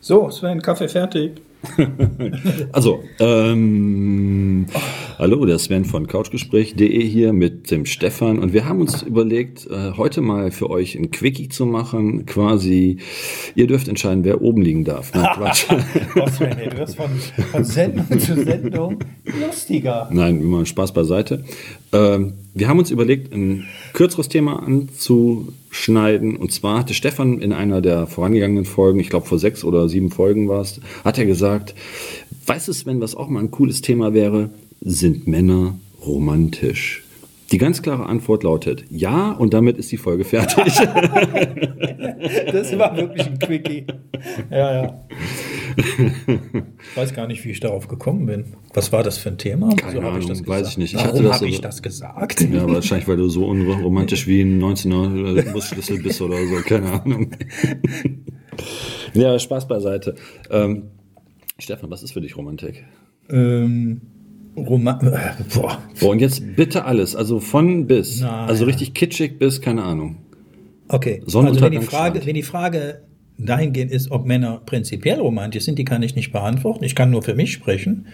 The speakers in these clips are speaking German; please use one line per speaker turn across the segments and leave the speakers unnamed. So, Sven, Kaffee fertig.
also, ähm, hallo, der Sven von couchgespräch.de hier mit dem Stefan und wir haben uns überlegt, äh, heute mal für euch ein Quickie zu machen, quasi, ihr dürft entscheiden, wer oben liegen darf. Nein, Quatsch.
Oh, Sven, ey, du wirst von, von Sendung zu Sendung lustiger.
Nein, immer Spaß beiseite. Ähm, wir haben uns überlegt, ein kürzeres Thema anzuschneiden. Und zwar hatte Stefan in einer der vorangegangenen Folgen, ich glaube vor sechs oder sieben Folgen war es, hat er gesagt, weißt du Sven, was auch mal ein cooles Thema wäre? Sind Männer romantisch? Die ganz klare Antwort lautet ja und damit ist die Folge fertig.
Das war wirklich ein Quickie. Ja, ja. Ich weiß gar nicht, wie ich darauf gekommen bin. Was war das für ein Thema?
Keine Ahnung, weiß ich nicht. Ich hatte
Warum
das
habe ich
aber-
das gesagt?
ja, wahrscheinlich, weil du so unromantisch wie ein 19er Busschlüssel bist oder so, keine Ahnung. ja, Spaß beiseite. Ähm, Stefan, was ist für dich Romantik?
Ähm, Roman. Äh, boah.
Boah, und jetzt bitte alles, also von bis,
Na,
also
ja.
richtig kitschig bis, keine Ahnung.
Okay, also wenn die,
Sonnenuntergangsstrand.
Frage, wenn die Frage dahingehend ist, ob Männer prinzipiell romantisch sind, die kann ich nicht beantworten. Ich kann nur für mich sprechen.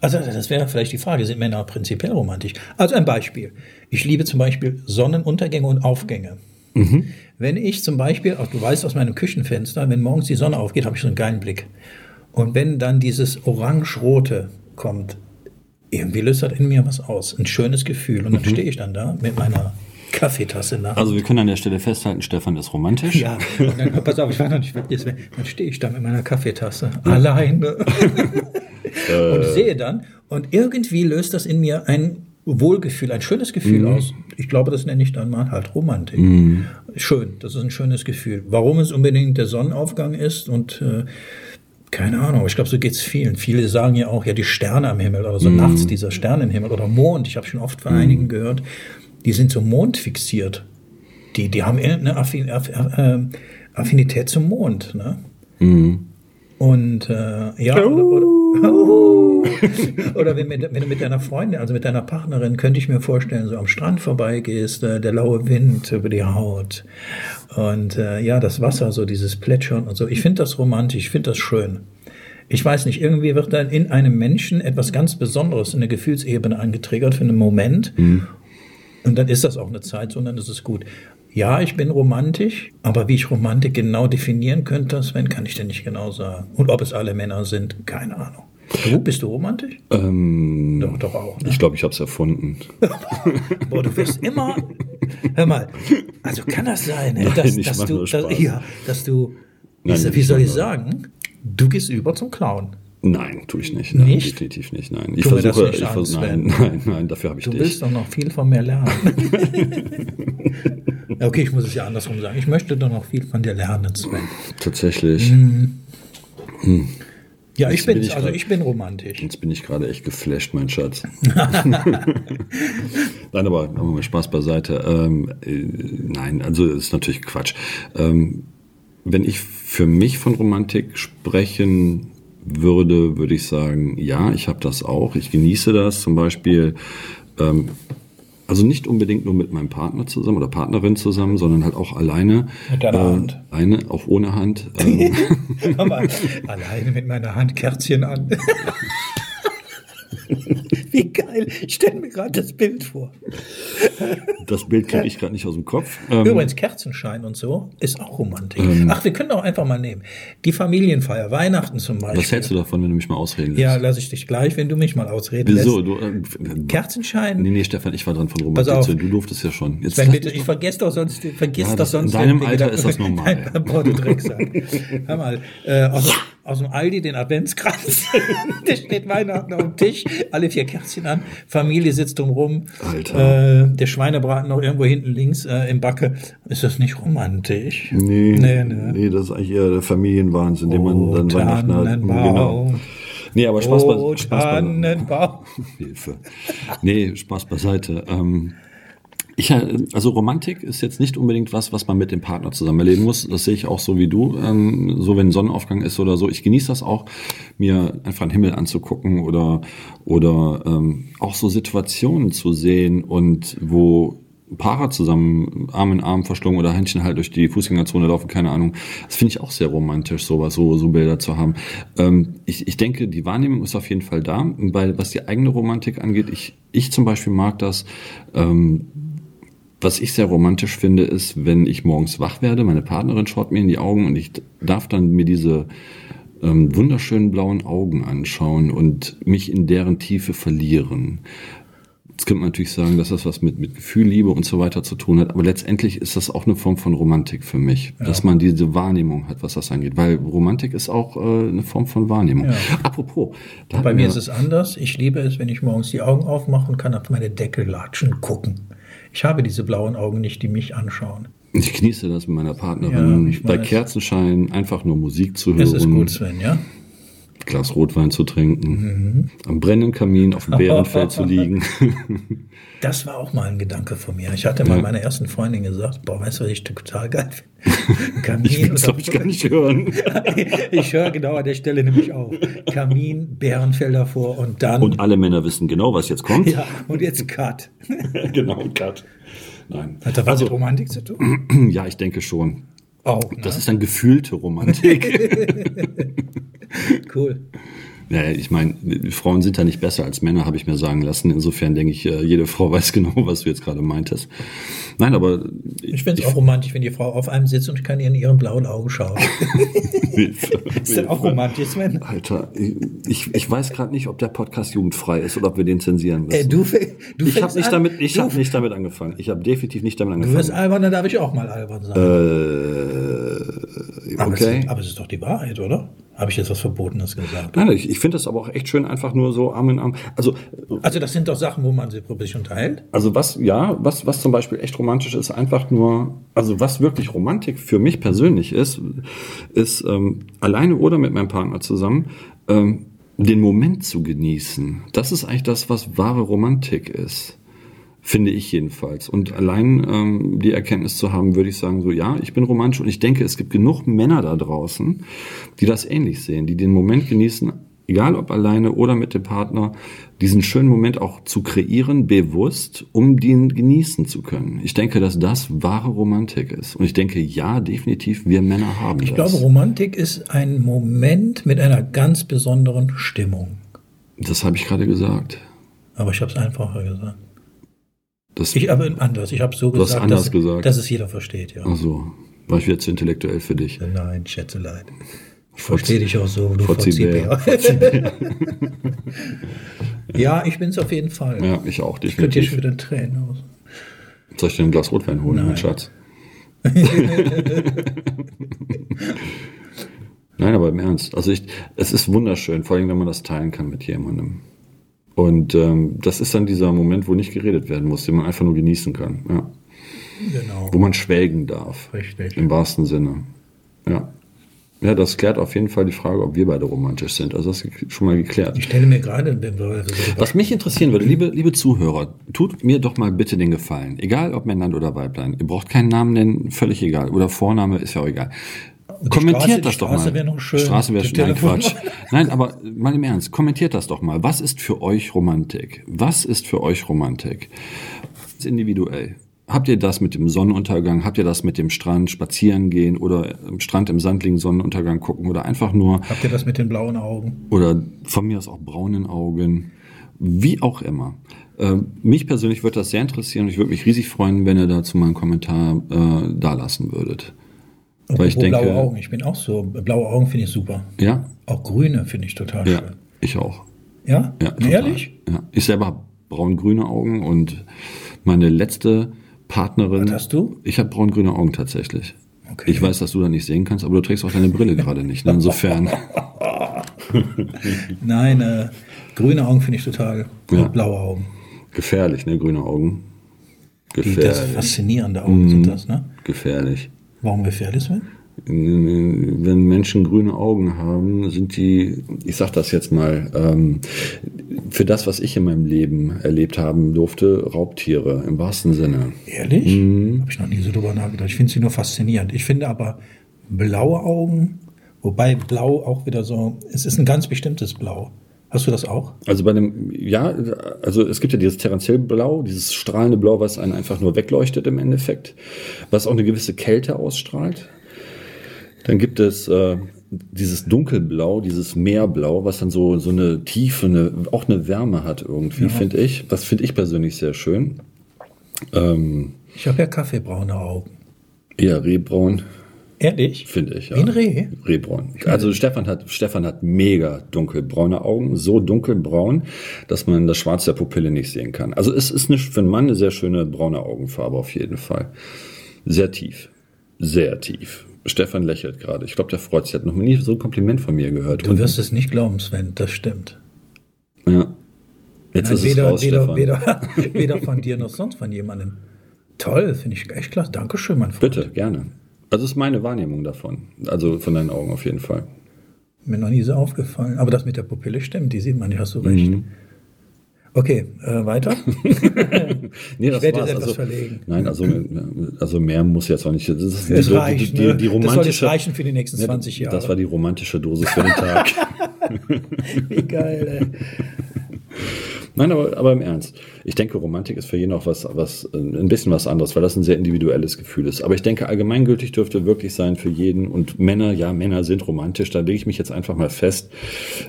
Also das wäre vielleicht die Frage, sind Männer prinzipiell romantisch? Also ein Beispiel. Ich liebe zum Beispiel Sonnenuntergänge und Aufgänge. Wenn ich zum Beispiel, auch du weißt aus meinem Küchenfenster, wenn morgens die Sonne aufgeht, habe ich so einen geilen Blick. Und wenn dann dieses orange-rote kommt, irgendwie löst das in mir was aus. Ein schönes Gefühl. Und dann stehe ich dann da mit meiner Kaffeetasse nach.
Also wir können an der Stelle festhalten, Stefan ist romantisch.
Ja, und dann, oh, pass auf, ich war noch nicht fertig. Dann stehe ich da mit meiner Kaffeetasse alleine und sehe dann. Und irgendwie löst das in mir ein Wohlgefühl, ein schönes Gefühl aus. Ich glaube, das nenne ich dann mal halt Romantik. Schön, das ist ein schönes Gefühl. Warum es unbedingt der Sonnenaufgang ist und äh, keine Ahnung, ich glaube, so geht es vielen. Viele sagen ja auch, ja, die Sterne am Himmel oder so nachts dieser Stern im Himmel oder Mond. Ich habe schon oft von einigen gehört, die sind so mondfixiert. Die, die haben irgendeine Affi- Aff- Aff- ähm, Affinität zum Mond. Ne? Und äh, ja, oder, oder, oder wenn, mit, wenn du mit deiner Freundin, also mit deiner Partnerin, könnte ich mir vorstellen, so am Strand vorbeigehst, äh, der laue Wind über die Haut und äh, ja, das Wasser, so dieses Plätschern und so. Ich finde das romantisch, ich finde das schön. Ich weiß nicht, irgendwie wird dann in einem Menschen etwas ganz Besonderes, eine Gefühlsebene angetriggert für einen Moment. Und dann ist das auch eine Zeit so und dann ist es gut. Ja, ich bin romantisch, aber wie ich Romantik genau definieren könnte, Sven, kann ich dir nicht genau sagen. Und ob es alle Männer sind, keine Ahnung. Du, bist du romantisch?
Ähm,
Doch, doch auch. Ne?
ich glaube, ich habe es erfunden.
Boah, du wirst immer. Hör mal, also kann das sein, ne?
Nein,
dass,
ich
dass,
mach
du,
nur
dass,
Spaß.
ja, dass du.
Nein,
wie, wie
ich
soll
mach
ich sagen? Du gehst über zum Clown.
Nein, tue ich nicht. Nein,
Nicht?
Definitiv nicht, nein. Ich
Tu mir das
versuche,
nicht
ich
an,
vers nein,
Sven.
nein, nein, dafür habe ich
Du
dich.
willst doch noch viel von mir lernen. okay, ich muss es ja andersrum sagen. Ich möchte doch noch viel von dir lernen, Sven.
Tatsächlich.
Ja, ich
Jetzt bin
bin,
ich
also
grad-
ich bin romantisch.
Jetzt bin ich gerade echt geflasht, mein Schatz. nein, aber machen wir mal Spaß beiseite. Ähm, äh, nein, also das ist natürlich Quatsch. Ähm, wenn ich für mich von Romantik sprechen würde, würde ich sagen, ja, ich habe das auch. Ich genieße das zum Beispiel. Ähm, Also nicht unbedingt nur mit meinem Partner zusammen oder Partnerin zusammen, sondern halt auch alleine. Äh,
Mit deiner Hand.
Eine, auch ohne Hand. Ähm,
Aber alleine mit meiner Hand Kerzchen an. Wie geil. Ich stelle mir gerade das Bild vor.
das Bild kriege ich gerade nicht aus dem Kopf. Ähm,
Übrigens, Kerzenschein und so ist auch Romantik. Ach, wir können auch einfach mal nehmen. Die Familienfeier, Weihnachten zum Beispiel.
was hältst du davon, wenn du mich mal ausreden lässt?
ja, lass ich dich gleich, wenn du mich mal ausreden
Wieso?
lässt.
Du, äh,
Kerzenschein?
nee, nee, Stefan, ich war dran von
Pass auf.
Romantik. Du durftest ja schon. Jetzt
Sven,
lass-
bitte, ich vergesse doch sonst, vergiss
Ja,
doch
das- in
sonst.
deinem
den
Alter
Gedanken-
ist das normal.
Nein, boah, du Drecksack. Hör mal, äh, aus, aus dem Aldi den Adventskranz. Der steht Weihnachten auf dem Tisch, alle vier Kerzchen an, Familie sitzt drumrum.
Alter.
Äh, der Schweinebraten noch irgendwo hinten links äh, im Backe. Ist das nicht romantisch?
Nee,
Nee, ne?
nee,
nee.
das ist eigentlich eher der Familienwahnsinn, den
Oh,
man dann Weihnachten hat.
Tannenbaum.
Genau. Nee, aber Spaß,
Oh,
bei, Spaß bei,
Tannenbaum.
Hilfe. Nee, Spaß beiseite. Ähm, ich, äh, also Romantik ist jetzt nicht unbedingt was, was man mit dem Partner zusammen erleben muss. Das sehe ich auch so wie du. Ähm, so wenn Sonnenaufgang ist oder so. Ich genieße das auch, mir einfach den Himmel anzugucken oder, oder ähm, auch so Situationen zu sehen und wo Paare zusammen Arm in Arm verschlungen oder Händchen halt durch die Fußgängerzone laufen, keine Ahnung. Das finde ich auch sehr romantisch, sowas, so, so Bilder zu haben. Ähm, ich, ich denke, die Wahrnehmung ist auf jeden Fall da. Weil, was die eigene Romantik angeht, ich, ich zum Beispiel mag das, ähm, was ich sehr romantisch finde, ist, wenn ich morgens wach werde, meine Partnerin schaut mir in die Augen und ich darf dann mir diese ähm, wunderschönen blauen Augen anschauen und mich in deren Tiefe verlieren. Jetzt könnte man natürlich sagen, dass das was mit, mit Gefühl, Liebe und so weiter zu tun hat, aber letztendlich ist das auch eine Form von Romantik für mich,
Ja.
dass man diese Wahrnehmung hat, was das angeht, weil Romantik ist auch äh, eine Form von Wahrnehmung.
Ja.
Apropos, da
Bei
hatten
mir
wir-
ist es anders. Ich liebe es, wenn ich morgens die Augen aufmache und kann auf meine Decke latschen gucken. Ich habe diese blauen Augen nicht, die mich anschauen.
ich genieße das mit meiner
Ja,
Partnerin,
ich
bei
weiß.
Kerzenschein einfach nur Musik zu hören.
Es ist gut, Sven, ja?
Glas Rotwein zu trinken, am brennenden Kamin auf dem Bärenfell zu liegen.
Das war auch mal ein Gedanke von mir. Ich hatte mal meiner ersten Freundin gesagt, boah, weißt du, was ich total geil finde? Kamin
Ich will es,
oder-
glaube ich, gar nicht hören.
ich höre genau an der Stelle nämlich auf. Kamin, Bärenfelder vor und dann.
Und alle Männer wissen genau, was jetzt kommt.
ja, und jetzt Cut.
genau, Cut. Nein.
Hat da was mit Romantik zu tun?
Ja, ich denke schon.
Auch. Ne?
Das ist dann gefühlte Romantik.
cool.
naja, ich meine, Frauen sind ja nicht besser als Männer, habe ich mir sagen lassen. Insofern denke ich, äh, jede Frau weiß genau, was du jetzt gerade meintest. Nein, aber
Ich finde es auch romantisch, wenn die Frau auf einem sitzt und ich kann ihr in ihren blauen Augen schauen. Ist das auch romantisch, Sven?
Alter, ich, ich weiß gerade nicht, ob der Podcast jugendfrei ist oder ob wir den zensieren müssen.
Äh, du, fäng- du
ich habe
fängst
nicht,
an.
damit, ich
du,
hab nicht damit angefangen. Ich habe definitiv nicht damit
Du wirst
angefangen.
albern, dann darf ich auch mal albern sein.
Äh,
aber,
okay.
es, aber es ist doch die Wahrheit, oder? Habe ich jetzt was Verbotenes gesagt?
Nein, ich, ich finde das aber auch echt schön, einfach nur so Arm in Arm. Also,
Also das sind doch Sachen, wo man sich darüber sich unterhält.
also was, ja, was, was zum Beispiel echt romantisch ist, einfach nur, also was wirklich Romantik für mich persönlich ist, ist ähm, alleine oder mit meinem Partner zusammen ähm, den Moment zu genießen. Das ist eigentlich das, was wahre Romantik ist. Finde ich jedenfalls. Und allein ähm, die Erkenntnis zu haben, würde ich sagen, so ja, ich bin romantisch und ich denke, es gibt genug Männer da draußen, die das ähnlich sehen, die den Moment genießen, egal ob alleine oder mit dem Partner, diesen schönen Moment auch zu kreieren, bewusst, um den genießen zu können. Ich denke, dass das wahre Romantik ist. Und ich denke, ja, definitiv, wir Männer haben
Ich
das.
glaube, Romantik ist ein Moment mit einer ganz besonderen Stimmung.
das habe ich gerade gesagt.
Aber ich habe es einfacher gesagt.
Das,
Ich habe anders. Ich habe so
hast
gesagt,
anders
dass,
gesagt.
dass es jeder versteht, ja. Äh,
ach so, also, war ich wieder zu intellektuell für dich.
Nein, Schätzeleid. Ich verstehe dich auch so, du
Vorzieher.
Vorzieher. ja, ich bin es auf jeden Fall.
Ja, ich auch,
Ich könnte dir
definitiv.
schon wieder Tränen aus.
Soll ich dir ein Glas Rotwein holen, mein Schatz? Nein, aber im Ernst. Also ich, es ist wunderschön, vor allem wenn man das teilen kann mit jemandem. Und ähm, das ist dann dieser Moment, wo nicht geredet werden muss, den man einfach nur genießen kann. Ja.
Genau.
Wo man schwelgen darf.
Richtig.
Im wahrsten Sinne. Ja. Ja, das klärt auf jeden Fall die Frage, ob wir beide romantisch sind. Also das ist schon mal geklärt.
Ich stelle mir gerade, also wenn wir darüber
Was mich interessieren würde, liebe, liebe Zuhörer, tut mir doch mal bitte den Gefallen. Egal ob Männlein oder Weiblein. Ihr braucht keinen Namen nennen, völlig egal. Oder Vorname ist ja auch egal.
Straße-
Kommentiert
die
das doch
Straße
mal.
wäre noch schön.
Straße wäre
Die
schön. Nein,
Telefonnummer.
Quatsch. Nein, aber mal im Ernst, kommentiert das doch mal. Was ist für euch Romantik? Was ist für euch Romantik? Das ist individuell. Habt ihr das mit dem Sonnenuntergang? Habt ihr das mit dem Strand spazieren gehen oder am Strand im Sand liegen, Sonnenuntergang gucken oder einfach nur
Habt ihr das mit den blauen Augen?
oder von mir aus auch braunen Augen, wie auch immer. Ähm, mich persönlich würde das sehr interessieren und ich würde mich riesig freuen, wenn ihr dazu mal einen Kommentar äh, da lassen würdet. Weil ich
Apropos
denke-
blaue Augen. Ich bin auch so. Blaue Augen finde ich super.
Ja?
Auch grüne finde ich total
Ja,
schön.
ich auch.
Ja?
Ja, total.
Ehrlich?
Ja. Ich selber habe braun-grüne Augen und meine letzte Partnerin.
Was hast du?
Ich habe braun-grüne Augen tatsächlich.
Okay.
Ich weiß, dass du da nicht sehen kannst, aber du trägst auch deine Brille gerade nicht. Ne? Insofern.
Nein, äh, grüne Augen finde ich total.
Ja.
Und blaue Augen.
gefährlich, ne? Grüne Augen.
Die, das
Gefährlich.
faszinierende Augen sind das, ne?
Gefährlich.
Warum gefährlich, Sven?
Wenn Menschen grüne Augen haben, sind die, ich sag das jetzt mal, ähm, für das, was ich in meinem Leben erlebt haben durfte, Raubtiere im wahrsten Sinne.
Ehrlich?
Mhm.
Habe ich noch nie so drüber nachgedacht. Ich finde sie nur faszinierend. Ich finde aber blaue Augen, wobei blau auch wieder so, es ist ein ganz bestimmtes Blau. Hast du das auch?
Also bei dem, ja, also es gibt ja dieses Terranzellblau, dieses strahlende Blau, was einen einfach nur wegleuchtet im Endeffekt, was auch eine gewisse Kälte ausstrahlt. Dann gibt es äh, dieses Dunkelblau, dieses Meerblau, was dann so, so eine Tiefe, eine, auch eine Wärme hat irgendwie,
Ja.
finde ich. Das finde ich persönlich sehr schön. Ähm,
Ich habe ja kaffeebraune Augen.
eher rehbraun,
Ehrlich?
finde ich. Ja.
Wie ein Reh?
Rehbraun. Also Stefan hat, Stefan hat mega dunkelbraune Augen, so dunkelbraun, dass man das Schwarz der Pupille nicht sehen kann. Also es ist eine, für einen Mann eine sehr schöne braune Augenfarbe auf jeden Fall. Sehr tief. Sehr tief. Stefan lächelt gerade. Ich glaube, der freut sich. Er hat noch nie so ein Kompliment von mir gehört.
Du wirst es nicht glauben, Sven, das stimmt.
ja. Jetzt ist
weder,
es raus,
weder,
Stefan.
weder, weder von dir noch sonst von jemandem. Toll, finde ich echt klasse. Dankeschön, mein Freund.
Bitte, gerne. Also ist meine Wahrnehmung davon. Also von deinen Augen auf jeden Fall.
Mir noch nie so aufgefallen. Aber das mit der Pupille stimmt, die sieht man, nicht, hast du recht.
Mhm.
Okay, äh, weiter.
Nee,
werde
das war's.
jetzt etwas
also,
verlegen.
Nein, also, also mehr muss jetzt auch nicht. Das ist die,
Das
die,
reicht.
die,
ne?
die
das soll jetzt
romantische. Ne,
reichen für die nächsten 20 Jahre.
Das war die romantische Dosis für den Tag.
Wie geil, ey.
Nein, aber, aber im Ernst. Ich denke, Romantik ist für jeden auch was, was, äh, ein bisschen was anderes, weil das ein sehr individuelles Gefühl ist. Aber ich denke, allgemeingültig dürfte wirklich sein für jeden. Und Männer, ja, Männer sind romantisch. Da lege ich mich jetzt einfach mal fest.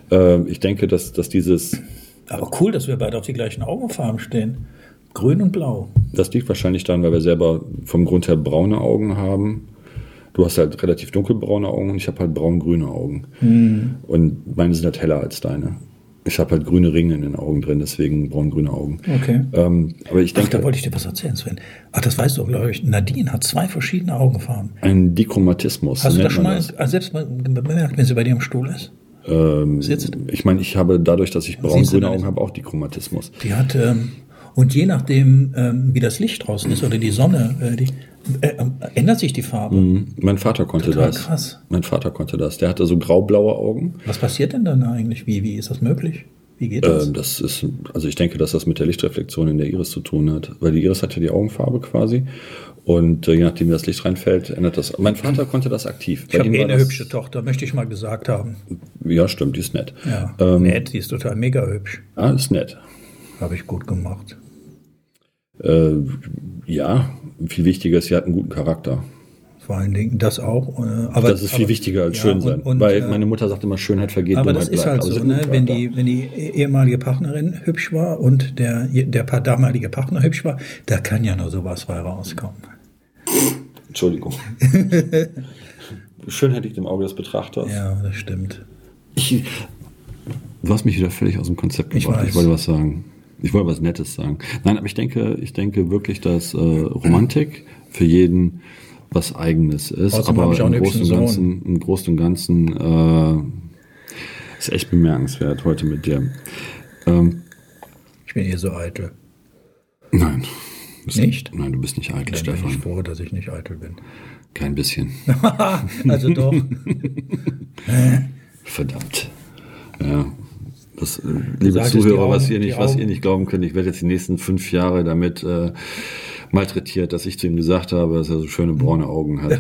Ähm, ich denke, dass, dass dieses,
Aber cool, dass wir beide auf die gleichen Augenfarben stehen. Grün und blau.
das liegt wahrscheinlich daran, weil wir selber vom Grund her braune Augen haben. Du hast halt relativ dunkelbraune Augen und ich habe halt braun-grüne Augen.
Hm.
Und meine sind halt heller als deine. Ich habe halt grüne Ringe in den Augen drin, deswegen braun-grüne Augen.
Okay.
Ähm, aber ich
Ach, da
denke,
wollte ich dir was erzählen, Sven. Ach, das weißt du, glaube ich. Nadine hat zwei verschiedene Augenfarben.
ein Dichromatismus.
Hast du das
nennt
schon
man
mal ah, selbst mal bemerkt, wenn sie bei dir im Stuhl ist?
Ähm,
Sitzt?
ich meine, ich habe dadurch, dass ich
Siehst du
braun-grüne
da nicht?
Augen habe, auch Dichromatismus.
Die hat, ähm, und je nachdem, ähm, wie das Licht draußen ist oder die Sonne, äh, die, äh, ähm, ändert sich die Farbe.
Hm. Mein Vater konnte
Total
das.
krass.
Mein Vater konnte das. Der hatte so graublaue Augen.
Was passiert denn dann eigentlich? Wie, wie ist das möglich? Wie geht das?
Ähm, das ist, also ich denke, dass das mit der Lichtreflexion in der Iris zu tun hat, weil die Iris hat ja die Augenfarbe quasi und äh, je nachdem, wie das Licht reinfällt, ändert das. Mein Vater konnte das aktiv.
ich habe eh eine
das,
hübsche Tochter, möchte ich mal gesagt haben.
Ja, stimmt, die ist nett.
Ja,
Ähm,
nett, die ist total mega hübsch.
Ah, ist nett.
Habe ich gut gemacht.
Äh, ja, viel wichtiger ist, sie hat einen guten Charakter.
Vor allen Dingen das auch. äh, Aber,
Das ist viel
aber,
wichtiger als
ja,
schön
und-
sein.
und,
weil
äh,
meine Mutter sagt immer, Schönheit vergeht,
Aber das
Dummheit
ist halt
bleibt. Aber sie
so,
hat einen
ne?
guten
wenn,
Charakter.
die, wenn die eh, ehemalige Partnerin hübsch war und der, der pa- damalige Partner hübsch war, da kann ja nur sowas bei rauskommen.
Entschuldigung. Schönheit liegt im Auge des Betrachters.
Ja, das stimmt.
Ich, du hast mich wieder völlig aus dem Konzept
Ich
gebracht. Ich,
weiß.
wollte was sagen. Ich wollte was Nettes sagen. Nein, aber ich denke, ich denke wirklich, dass äh, Romantik für jeden was Eigenes ist.
Außerdem
aber
habe ich auch
im
einen
Großen, und
hübschen
Ganzen, im Großen und Ganzen äh, ist echt bemerkenswert heute mit dir. Ähm,
Ich bin eh so eitel.
nein. Du bist-
Nicht?
Nein, du bist nicht eitel,
Ich bin ich
Stefan.
froh, dass ich nicht eitel bin.
Kein bisschen.
also doch.
Verdammt. Ja. Das, äh, liebe
Sag es, die
Zuhörer, was
Augen-
ihr
die
nicht, was
Augen-
ihr nicht glauben könnt, ich werde jetzt die nächsten fünf Jahre damit äh, malträtiert, dass ich zu ihm gesagt habe, dass er so schöne braune Augen hat.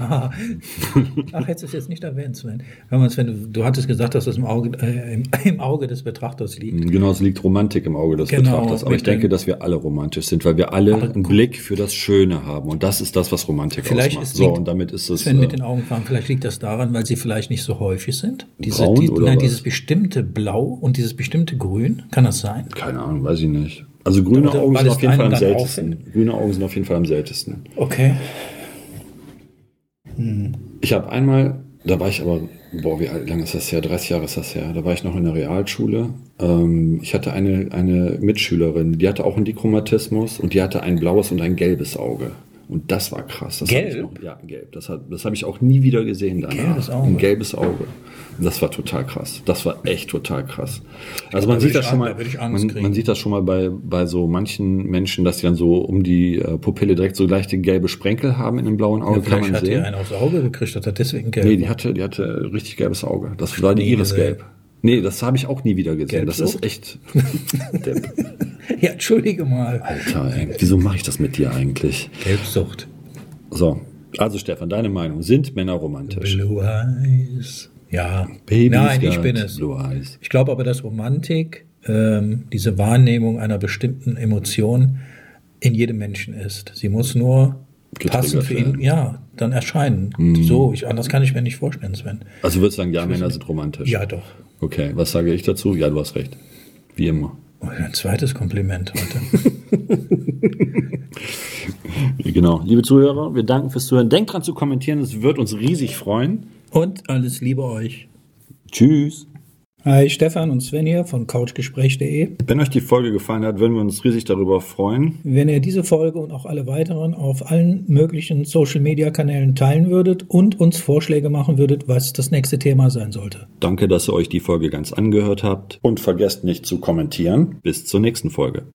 Ach, hättest du es jetzt nicht erwähnt, Sven. Hör mal, Sven, du, du hattest gesagt, dass das im Auge, äh, im, im Auge des Betrachters liegt.
Genau, es liegt Romantik im Auge des
Genau,
Betrachters. Aber ich
mit dem-
denke, dass wir alle romantisch sind, weil wir alle einen Blick für das Schöne haben. Und das ist das, was Romantik
Vielleicht
ausmacht.
ist-
So,
liegt-
und damit ist es.
Sven mit
äh,
den Augenfarben, vielleicht liegt das daran, weil sie vielleicht nicht so häufig sind. Diese,
Braun
die,
oder
nein,
was?
dieses bestimmte Blau und dieses bestimmte Grün, kann das sein?
keine Ahnung, weiß ich nicht. Also grüne
Oder
Augen
weil
sind
es
auf jeden Fall
einem
am
dann
seltensten. Grüne Augen sind auf jeden Fall am seltensten.
Okay.
Ich habe einmal, da war ich aber, boah, wie alt- lange ist das her? 30 Jahre ist das her. Da war ich noch in der Realschule. Ähm, ich hatte eine, eine Mitschülerin, die hatte auch einen Dichromatismus und die hatte ein blaues und ein gelbes Auge. Und das war krass. Das hab Ich
Gelb?
noch, ja, gelb. Das, hat- das habe ich auch nie wieder gesehen danach.
Gelbes Auge.
Ein gelbes Auge. Das war total krass. Das war echt total krass. Also man
Da
sieht
würde
das
ich
schon
an-
mal.
da würde ich Angst
Man,
kriegen.
man sieht das schon mal bei, bei so manchen Menschen, dass die dann so um die äh, Pupille direkt so leichte gelbe Sprenkel haben in dem blauen Auge. kann
Vielleicht
man
hat
sehen.
er einen aufs Auge gekriegt, hat er deswegen gelb.
Nee, die hatte, die hatte richtig gelbes Auge. Das war die
nie
Iris
gesehen.
gelb. Nee, das habe ich auch nie wieder gesehen. das
Gelbsucht?
ist echt. Depp.
Ja, entschuldige mal.
Alter, ey, wieso mache ich das mit dir eigentlich?
Gelbsucht.
So, also Stefan, deine Meinung. Sind Männer romantisch?
Blue Eyes. Ja,
Baby's
nein, ich
got
bin es.
Blue eyes.
Ich glaube aber, dass Romantik, ähm, diese Wahrnehmung einer bestimmten Emotion in jedem Menschen ist. Sie muss nur
Getriggert
passend für ihn,
werden. Mhm.
ja, dann erscheinen. So, ich, anders kann ich mir nicht vorstellen, Sven.
Also würdest du sagen, ja, Männer sind romantisch.
Ja, doch.
Okay, was sage ich dazu? Ja, du hast recht. Wie immer.
Oh, Ein zweites Kompliment heute.
Genau. Liebe Zuhörer, wir danken fürs Zuhören. Denkt dran zu kommentieren, es wird uns riesig freuen.
Und alles Liebe euch.
Tschüss.
Hi, Stefan und Sven hier von couchgespräch.de.
Wenn euch die Folge gefallen hat, würden wir uns riesig darüber freuen.
Wenn ihr diese Folge und auch alle weiteren auf allen möglichen Social-Media-Kanälen teilen würdet und uns Vorschläge machen würdet, was das nächste Thema sein sollte.
Danke, dass ihr euch die Folge ganz angehört habt. Und vergesst nicht zu kommentieren. Bis zur nächsten Folge.